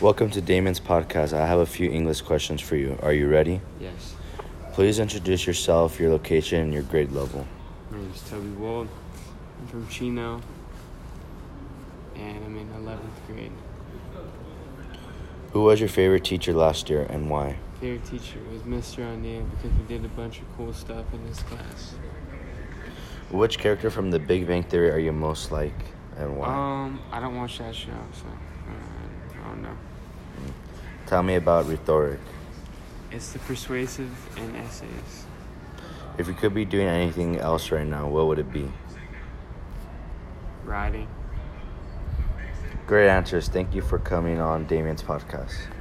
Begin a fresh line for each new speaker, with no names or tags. Welcome to Damon's podcast. I have a few English questions for you. Are you ready?
Yes.
Please introduce yourself, your location, and your grade level.
My name is Toby Wald. I'm from Chino. And I'm in 11th grade.
Who was your favorite teacher last year and why?
Favorite teacher was Mr. O'Neill because we did a bunch of cool stuff in his class.
Which character from The Big Bang Theory are you most like and why?
Um, I don't watch that show, so uh, I don't know.
Tell me about rhetoric.
It's the persuasive and essays.
If you could be doing anything else right now, what would it be?
Writing.
Great answers. Thank you for coming on Damien's podcast.